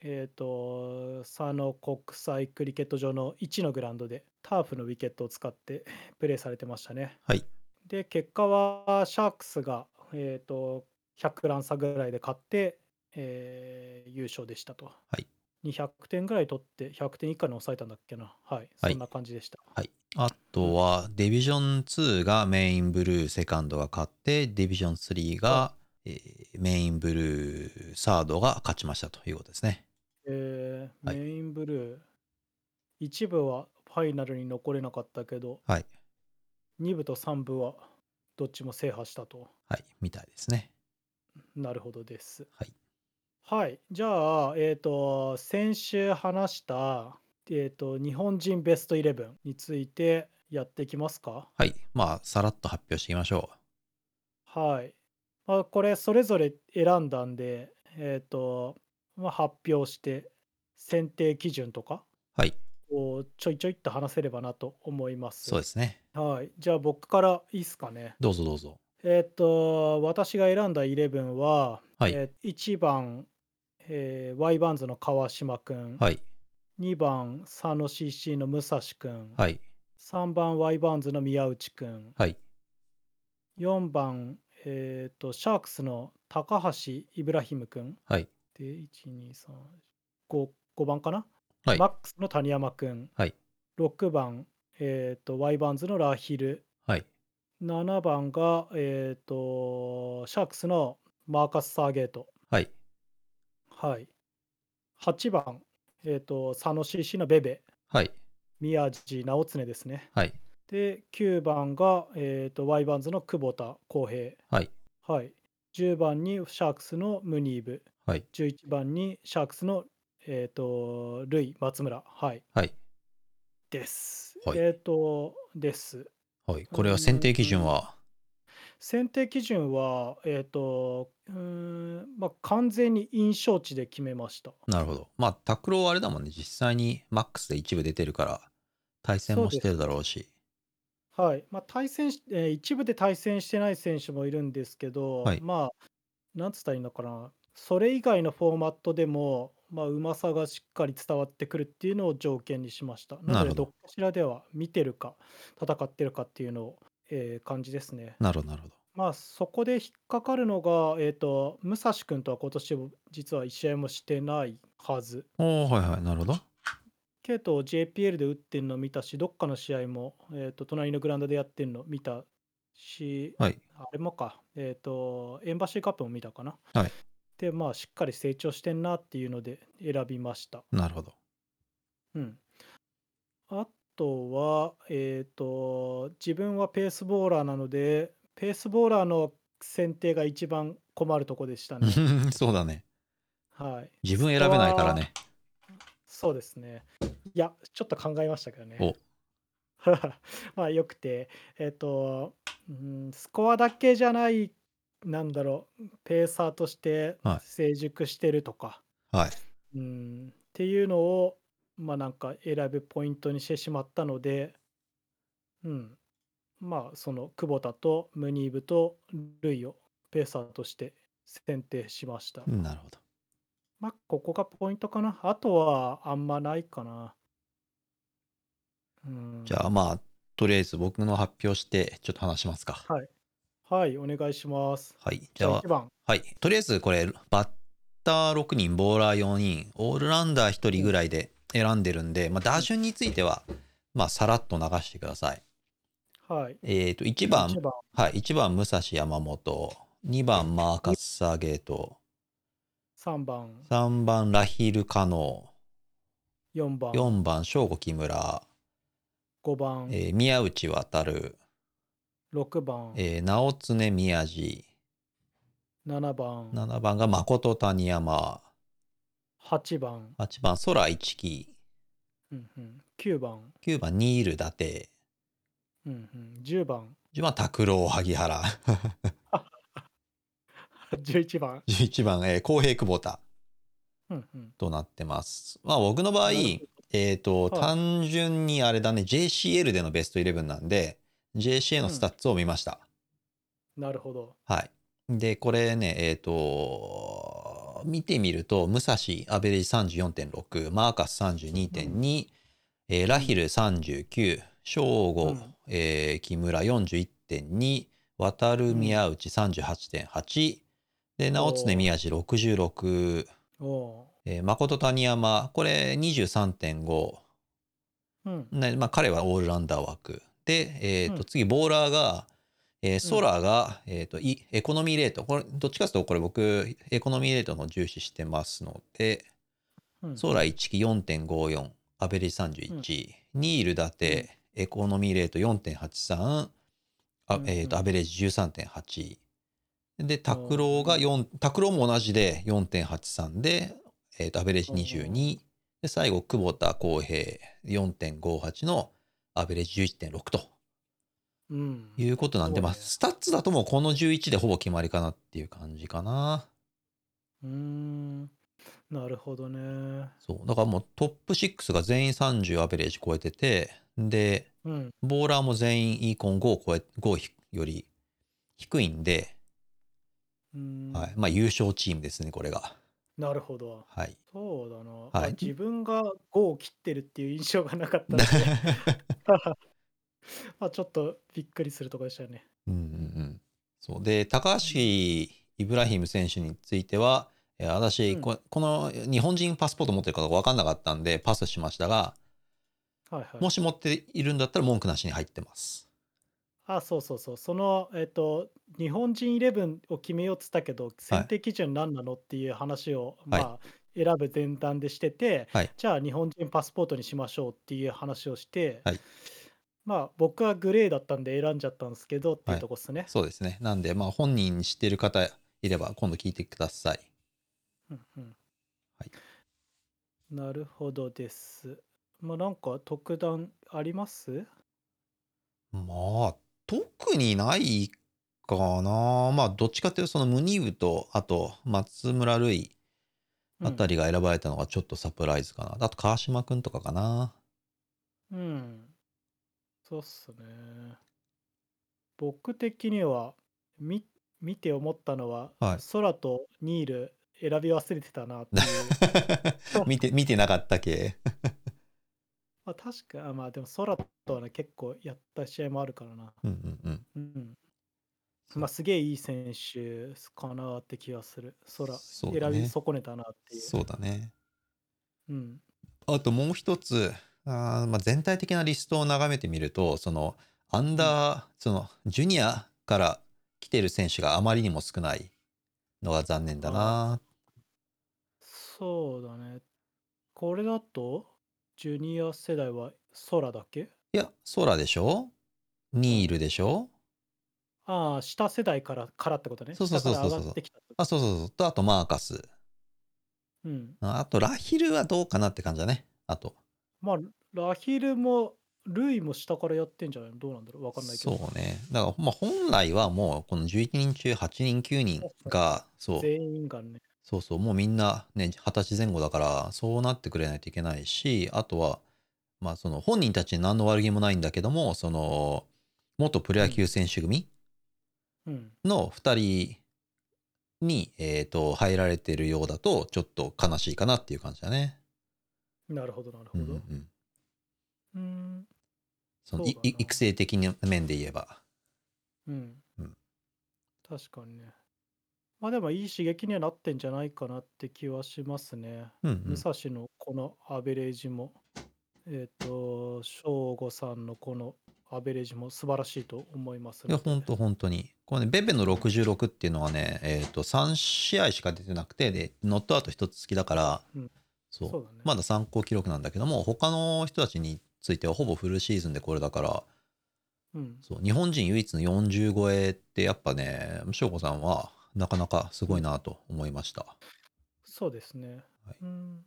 [SPEAKER 2] えっと、佐野国際クリケット場の1のグラウンドで、ターフのウィケットを使って [LAUGHS] プレーされてましたね。
[SPEAKER 1] はい。
[SPEAKER 2] で、結果は、シャークスが、えっと、100ラン差ぐらいで勝って、えー優勝でしたと。
[SPEAKER 1] い
[SPEAKER 2] 200点ぐらい取って、100点以下に抑えたんだっけな。はい。
[SPEAKER 1] はい
[SPEAKER 2] そんな感じでした。
[SPEAKER 1] はい、あとはディビジョン2がメインブルーセカンドが勝ってディビジョン3が、えーメインブルーサードが勝ちましたということですね。
[SPEAKER 2] えー
[SPEAKER 1] はい
[SPEAKER 2] メインブルー、一部はファイナルに残れなかったけど、
[SPEAKER 1] はい、
[SPEAKER 2] 2部と3部はどっちも制覇したと。
[SPEAKER 1] はい、みたいですね。
[SPEAKER 2] なるほどです。
[SPEAKER 1] はい、
[SPEAKER 2] はい、じゃあ、えっ、と、先週話した、えっ、と、日本人ベストイレブンについてやっていきますか。
[SPEAKER 1] はい、まあさらっと発表していきましょ
[SPEAKER 2] はい。まあ、これ、それぞれ選んだんで、えっ、と、まあ、発表して、選定基準とか
[SPEAKER 1] う。はい、
[SPEAKER 2] をちょいちょいっと話せればなと思います。
[SPEAKER 1] そうですね。
[SPEAKER 2] はい、じゃあ僕からいいですかね。
[SPEAKER 1] どうぞどうぞ。
[SPEAKER 2] えーっと、私が選んだイレブンは、
[SPEAKER 1] はい
[SPEAKER 2] えー1番、えー、Y バンズの川島くん、
[SPEAKER 1] はい、
[SPEAKER 2] 2番、佐野 CC の武蔵くん、
[SPEAKER 1] はい、
[SPEAKER 2] 3番、Y バンズの宮内くん、
[SPEAKER 1] はい、
[SPEAKER 2] 4番、えーっと、シャークスの高橋イブラヒムくん、
[SPEAKER 1] はい、
[SPEAKER 2] で、1、2、3、5、5番かな、
[SPEAKER 1] はい
[SPEAKER 2] マックスの谷山くん、
[SPEAKER 1] はい
[SPEAKER 2] 6番、えーっと、Y バンズのラヒル、
[SPEAKER 1] はい、
[SPEAKER 2] 7番が、えっ、と、シャークスのマーカス・サーゲート。
[SPEAKER 1] はい、
[SPEAKER 2] はい。8番、えっ、と、佐野 CC のベベ、
[SPEAKER 1] はい、
[SPEAKER 2] 宮地直常ですね。
[SPEAKER 1] はい、
[SPEAKER 2] で、9番が、えっ、と、ワイバンズの久保田浩平。
[SPEAKER 1] はい、
[SPEAKER 2] はい。10番にシャークスのムニーブ。
[SPEAKER 1] はい、
[SPEAKER 2] 11番にシャークスの、えっ、と、ルイ・松村。はい。
[SPEAKER 1] はい、
[SPEAKER 2] です。
[SPEAKER 1] はい
[SPEAKER 2] えっ、と、です。
[SPEAKER 1] はい。これは選定基準は、
[SPEAKER 2] 選定基準は、えっ、と、うーん、まあ、完全に印象値で決めました。
[SPEAKER 1] なるほど。まあ、拓郎はあれだもんね、実際にマックスで一部出てるから、対戦もしてるだろうし。
[SPEAKER 2] はい。まあ、対戦し、えー一部で対戦してない選手もいるんですけど、
[SPEAKER 1] はい
[SPEAKER 2] まあ、なんつったらいいのかな、それ以外のフォーマットでも、まあ、うまさがしっかり伝わってくるっていうのを条件にしました。な
[SPEAKER 1] な
[SPEAKER 2] の
[SPEAKER 1] る
[SPEAKER 2] で、
[SPEAKER 1] ほ
[SPEAKER 2] ど
[SPEAKER 1] ど
[SPEAKER 2] っかしらでは見てるか、戦ってるかっていうのを、えー感じですね。
[SPEAKER 1] なるほど、なるほど。
[SPEAKER 2] まあそこで引っかかるのが、えー、と武蔵君とは今年も実は1試合もしてないはず
[SPEAKER 1] おおはいはいなるほど
[SPEAKER 2] けど JPL で打ってんの見たしどっかの試合も、えー、と隣のグラウンドでやってんの見たし
[SPEAKER 1] はい
[SPEAKER 2] あれもかえっ、とエンバシーカップも見たかな
[SPEAKER 1] はい
[SPEAKER 2] でまあしっかり成長してんなっていうので選びました
[SPEAKER 1] なるほど
[SPEAKER 2] うんあとはえっ、と自分はペースボーラーなのでペースボーラーの選定が一番困るとこでしたね
[SPEAKER 1] [LAUGHS] そうだね
[SPEAKER 2] はい、
[SPEAKER 1] 自分選べないからね
[SPEAKER 2] そうですね。いや、ちょっと考えましたけどね
[SPEAKER 1] お。
[SPEAKER 2] [LAUGHS] まあよくて、えっ、と、うん、スコアだけじゃない、なんだろう、ペーサーとして
[SPEAKER 1] はい
[SPEAKER 2] 成熟してるとか、
[SPEAKER 1] はい
[SPEAKER 2] うん、っていうのを、まあなんか選ぶポイントにしてしまったので、うん、まあその久保田とムニーブとルイをペーサーとして選定しました。
[SPEAKER 1] なるほど
[SPEAKER 2] まあ、ここがポイントかな。あとは、あんまないかな。うん
[SPEAKER 1] じゃあまあとりあえず僕の発表してちょっと話しますか
[SPEAKER 2] はいはい、お願いします。
[SPEAKER 1] はいじゃあ
[SPEAKER 2] 1番。
[SPEAKER 1] はいとりあえずこれバッター6人ボーラー4人オールラウンダー1人ぐらいで選んでるんで、まあ、打順についてはまあさらっと流してください
[SPEAKER 2] はい。
[SPEAKER 1] えっ、と1番
[SPEAKER 2] 一番。
[SPEAKER 1] はい1番武蔵山本2番マーカス・サーゲート
[SPEAKER 2] 3番。
[SPEAKER 1] 3番ラヒル・カノ
[SPEAKER 2] 4番。
[SPEAKER 1] 4番ショーゴ・木村
[SPEAKER 2] 5番。
[SPEAKER 1] えー宮内渡る、
[SPEAKER 2] 6番。
[SPEAKER 1] えー直常宮治
[SPEAKER 2] 7番。
[SPEAKER 1] 7番が誠谷山
[SPEAKER 2] 8番。
[SPEAKER 1] 8番空一樹
[SPEAKER 2] うんうん、9番。
[SPEAKER 1] 9番ニール伊達
[SPEAKER 2] うんうん、10番。 [LAUGHS]
[SPEAKER 1] 10番拓郎萩原 [LAUGHS]
[SPEAKER 2] 11番。
[SPEAKER 1] 11番、えー、公平久保田
[SPEAKER 2] うんうん、
[SPEAKER 1] となってますまあ僕の場合
[SPEAKER 2] なるほ
[SPEAKER 1] えっ、と、
[SPEAKER 2] はい
[SPEAKER 1] 単純にあれだね JCL でのベストイレブンなんで JCA のスタッツを見ました、
[SPEAKER 2] なるほど。
[SPEAKER 1] はいで、これね、えっ、と、見てみると、武蔵、アベレージ34.6、マーカス32.2、えーラヒル39、正
[SPEAKER 2] う
[SPEAKER 1] 吾
[SPEAKER 2] ん、
[SPEAKER 1] えー木村41.2、渡る宮内38.8、で、直
[SPEAKER 2] おー
[SPEAKER 1] 常宮治66、
[SPEAKER 2] お
[SPEAKER 1] えー誠谷山、これ23.5、
[SPEAKER 2] ーうん。
[SPEAKER 1] ねまあ、彼はオールラウンダー枠で、えーと
[SPEAKER 2] うん
[SPEAKER 1] 次ボーラーが、えーソラが、えー、といエコノミーレートこれどっちかというとこれ僕エコノミーレートの重視してますので
[SPEAKER 2] うん、
[SPEAKER 1] ソラ1期4.54アベレージ31、ニールだてエコノミーレート4.83あ
[SPEAKER 2] う、ん
[SPEAKER 1] えー、と
[SPEAKER 2] うん
[SPEAKER 1] アベレージ13.8で拓郎が4拓郎も同じで4.83で、えー、とアベレージ22で最後久保田康平4.58のアベレージ11.6と
[SPEAKER 2] うん。
[SPEAKER 1] いうことなんで、まあ、スタッツだともうこの11でほぼ決まりかなっていう感じかな。
[SPEAKER 2] うーん。なるほどね。
[SPEAKER 1] そうだからもうトップ6が全員30アベレージ超えててで
[SPEAKER 2] うん。
[SPEAKER 1] ボーラーも全員イーコン5を超え5より低いんで、
[SPEAKER 2] うん
[SPEAKER 1] はい、まあ優勝チームですねこれが。
[SPEAKER 2] なるほど。
[SPEAKER 1] はい、
[SPEAKER 2] そうだな、
[SPEAKER 1] はい
[SPEAKER 2] あ自分が5を切ってるっていう印象がな
[SPEAKER 1] [LAUGHS]
[SPEAKER 2] かったのでまあちょっとびっくりするとこでしたよね。
[SPEAKER 1] うんうんうん、そうで高橋イブラヒム選手についてはえー私、
[SPEAKER 2] うん
[SPEAKER 1] ここの日本人パスポート持ってるかどうか分かんなかったんでパスしましたが
[SPEAKER 2] はいはい。
[SPEAKER 1] もし持っているんだったら文句なしに入ってます。
[SPEAKER 2] あ、そうそうそう。その、えっ、と、日本人イレブンを決めようっつったけど、選定基準何なのっていう話を、
[SPEAKER 1] はい
[SPEAKER 2] まあ、選ぶ前段でしてて、
[SPEAKER 1] はい
[SPEAKER 2] じゃあ日本人パスポートにしましょうっていう話をして、
[SPEAKER 1] はい
[SPEAKER 2] まあ、僕はグレーだったんで選んじゃったんですけどってい
[SPEAKER 1] は
[SPEAKER 2] う
[SPEAKER 1] い
[SPEAKER 2] とこっすね。
[SPEAKER 1] そうですねなんでまあ本人知ってる方いれば今度聞いてください。
[SPEAKER 2] うんうん
[SPEAKER 1] はい
[SPEAKER 2] なるほどです。まあ、なんか特段あります
[SPEAKER 1] まあ特にないかなまあどっちかというとそのムニーブとあと松村瑠衣あた
[SPEAKER 2] り。
[SPEAKER 1] りが選ばれたのがちょっとサプライズかな、あと川島くんとかかな
[SPEAKER 2] うん。そうっすね。僕的には見見て思ったのは、
[SPEAKER 1] はい
[SPEAKER 2] 空とニール選び忘れてたなっていう。 [LAUGHS]
[SPEAKER 1] [LAUGHS] 見て見てなかったけ
[SPEAKER 2] まあ確か、あまあでも空とはね、結構やった試合もあるからな。
[SPEAKER 1] うんうんうん
[SPEAKER 2] うん。
[SPEAKER 1] そう
[SPEAKER 2] まあすげえいい選手かなって気がする。空、
[SPEAKER 1] そうだ
[SPEAKER 2] 選
[SPEAKER 1] ね
[SPEAKER 2] び損ねたなっていう。
[SPEAKER 1] そうだね
[SPEAKER 2] うん。
[SPEAKER 1] あともう一つあー、まあ、全体的なリストを眺めてみるとそのアンダー、そのジュニアから来てる選手があまりにも少ないのが残念だな
[SPEAKER 2] そうだね。これだと、ジュニア世代は空だけ
[SPEAKER 1] いやソラでしょニールでしょ
[SPEAKER 2] ああ、下世代からからってことね。
[SPEAKER 1] そうそうそうそう
[SPEAKER 2] 下
[SPEAKER 1] そ
[SPEAKER 2] か
[SPEAKER 1] う
[SPEAKER 2] ら上がってきたってこ
[SPEAKER 1] あそうそうそうとあとマーカス
[SPEAKER 2] と。うん。
[SPEAKER 1] ああとラヒルはどうかなって感じだねあと
[SPEAKER 2] まあ、ラヒルも、ルイも下からやってんじゃないのどうなんだろうわかんないけど。
[SPEAKER 1] そうねだから、まあ、本来はもうこの11人中8人9人がそう
[SPEAKER 2] 全員がね。
[SPEAKER 1] そうそうもうみんなね二十歳前後だからそうなってくれないといけないしあとはまあその本人たちに何の悪気もないんだけどもその元プロ野球選手組
[SPEAKER 2] うん。
[SPEAKER 1] の2人に、えー、と入られてるようだとちょっと悲しいかなっていう感じだね。
[SPEAKER 2] なるほど、なる
[SPEAKER 1] う
[SPEAKER 2] ほ
[SPEAKER 1] んうん
[SPEAKER 2] ど。
[SPEAKER 1] うん、
[SPEAKER 2] うん。
[SPEAKER 1] その
[SPEAKER 2] そう
[SPEAKER 1] い
[SPEAKER 2] だない
[SPEAKER 1] 育成的な面で言えば。
[SPEAKER 2] うん。
[SPEAKER 1] うん
[SPEAKER 2] 確かにね。まあでもいい刺激にはなってんじゃないかなって気はしますね。
[SPEAKER 1] うんう
[SPEAKER 2] 武
[SPEAKER 1] ん、
[SPEAKER 2] 蔵のこのアベレージも、えっ、と、省吾さんのこのアベレージも素晴らしいと思います
[SPEAKER 1] い
[SPEAKER 2] の
[SPEAKER 1] や
[SPEAKER 2] で
[SPEAKER 1] 本当本当にこれねベベの66っていうのはね、えー、と3試合しか出てなくてでノットアウト1つ付きだから、
[SPEAKER 2] うん
[SPEAKER 1] そう
[SPEAKER 2] そうだね
[SPEAKER 1] まだ参考記録なんだけども他の人たちについてはほぼフルシーズンでこれだから
[SPEAKER 2] うん。
[SPEAKER 1] そう日本人唯一の40超えってやっぱね翔子さんはなかなかすごいなと思いました。
[SPEAKER 2] そうですね。
[SPEAKER 1] はい
[SPEAKER 2] うん。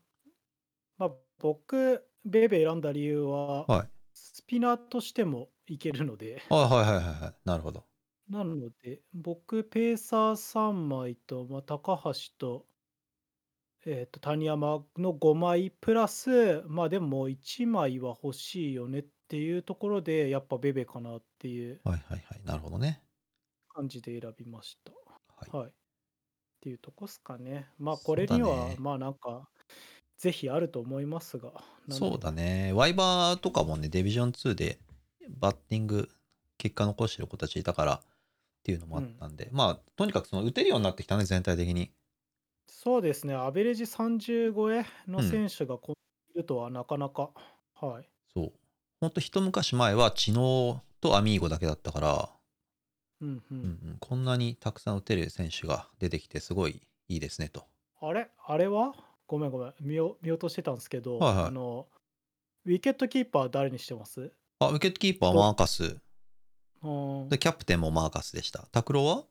[SPEAKER 2] まあ僕、ベーベ選んだ理由は、
[SPEAKER 1] はい
[SPEAKER 2] スピナーとしてもいけるので、
[SPEAKER 1] あはいはいはいはいなるほど。
[SPEAKER 2] なので、僕、ペーサー3枚と、まあ、高橋と、えっ、と、谷山の5枚プラス、まあでも1枚は欲しいよねっていうところで、やっぱベベかなっていう
[SPEAKER 1] はいはいはいなるほどね。
[SPEAKER 2] 感じで選びました。
[SPEAKER 1] はい
[SPEAKER 2] はい。っていうとこっすかね。まあ、これに
[SPEAKER 1] そうだ
[SPEAKER 2] は
[SPEAKER 1] ね、
[SPEAKER 2] まあなんか、ぜひあると思いますが。なん
[SPEAKER 1] そう
[SPEAKER 2] だろ
[SPEAKER 1] だね。ワイバーとかもね、ディビジョン2でバッティング、結果残してる子たちいたからっていうのもあったんで、まあ、とにかくその打てるようになってきたね、全体的に。
[SPEAKER 2] そうですね、アベレージ30超え
[SPEAKER 1] う
[SPEAKER 2] の
[SPEAKER 1] ん
[SPEAKER 2] 選手がこういるとはなかなか、はい。
[SPEAKER 1] そう。ほんと一昔前は、知能とアミーゴだけだったから、
[SPEAKER 2] うんう。
[SPEAKER 1] うんんうん、こんなにたくさん打てる選手が出てきて、すごいいいですねと。
[SPEAKER 2] あれあれはごめんごめん見よ、見落としてたんですけど、
[SPEAKER 1] はいはい
[SPEAKER 2] あの、ウィケットキーパー誰にしてます
[SPEAKER 1] あ、ウィケットキーパーはマーカス。
[SPEAKER 2] うん
[SPEAKER 1] で、キャプテンもマーカスでした。拓郎は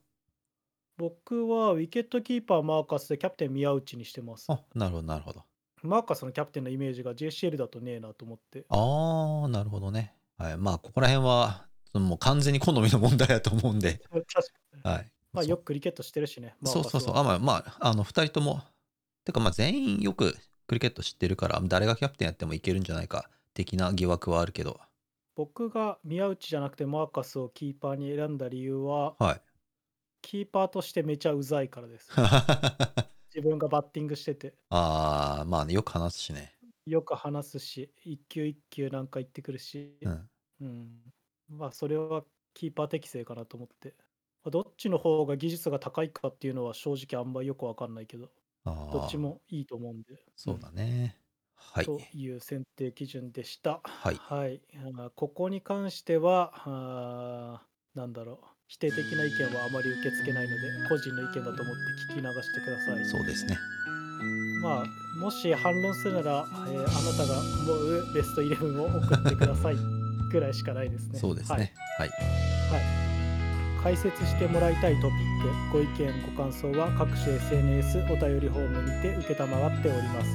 [SPEAKER 2] 僕はウィケットキーパーマーカスでキャプテン宮内にしてます。
[SPEAKER 1] あ、なるほど、なるほど。
[SPEAKER 2] マーカスのキャプテンのイメージが JCL だとねえなと思って。
[SPEAKER 1] あー、なるほどね。はい。まあ、ここら辺は、もう完全に好みの問題だと思うんで、
[SPEAKER 2] 確かに
[SPEAKER 1] はい。
[SPEAKER 2] まあ、
[SPEAKER 1] そう
[SPEAKER 2] よくクリケットしてるしね。
[SPEAKER 1] そうそうそう。
[SPEAKER 2] マ
[SPEAKER 1] あ、
[SPEAKER 2] ーカ
[SPEAKER 1] まあ、まあ、あの、二人とも、てか、まあ、全員よくクリケット知ってるから、誰がキャプテンやってもいけるんじゃないか、的な疑惑はあるけど、 [LAUGHS]
[SPEAKER 2] スは僕が宮内じゃなくてマーカスをキーパーに選んだ理由は、
[SPEAKER 1] はい。
[SPEAKER 2] キーパーとしてめちゃうざいからです。自分がバッティングしてて、
[SPEAKER 1] あー、まあね、よく話すしね。
[SPEAKER 2] よく話すし、一球一球なんか言ってくるし、
[SPEAKER 1] うん。
[SPEAKER 2] うんまあ、それはキーパー適性かなと思って。まあどっちの方が技術が高いかっていうのは正直あんまよくわかんないけど、
[SPEAKER 1] あー
[SPEAKER 2] どっちもいいと思うんで。
[SPEAKER 1] そうだね。はい。
[SPEAKER 2] という選定基準でした。
[SPEAKER 1] はい
[SPEAKER 2] あーここに関しては、あーなんだろう、否定的な意見はあまり受け付けないので、個人の意見だと思って聞き流してください。
[SPEAKER 1] そうですね。
[SPEAKER 2] まあ、もし反論するなら、えーあなたが思うベストイレブンを送ってくださいぐらいしかないですね。
[SPEAKER 1] そうです
[SPEAKER 2] はい
[SPEAKER 1] ね。はい。
[SPEAKER 2] 解説してもらいたいトピックご意見ご感想は各種 SNS お便りフォームにて承っております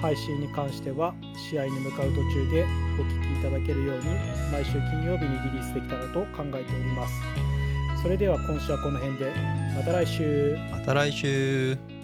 [SPEAKER 2] 配信に関しては試合に向かう途中でお聞きいただけるように毎週金曜日にリリースできたらと考えておりますそれでは今週はこの辺でまた来週
[SPEAKER 1] また来週。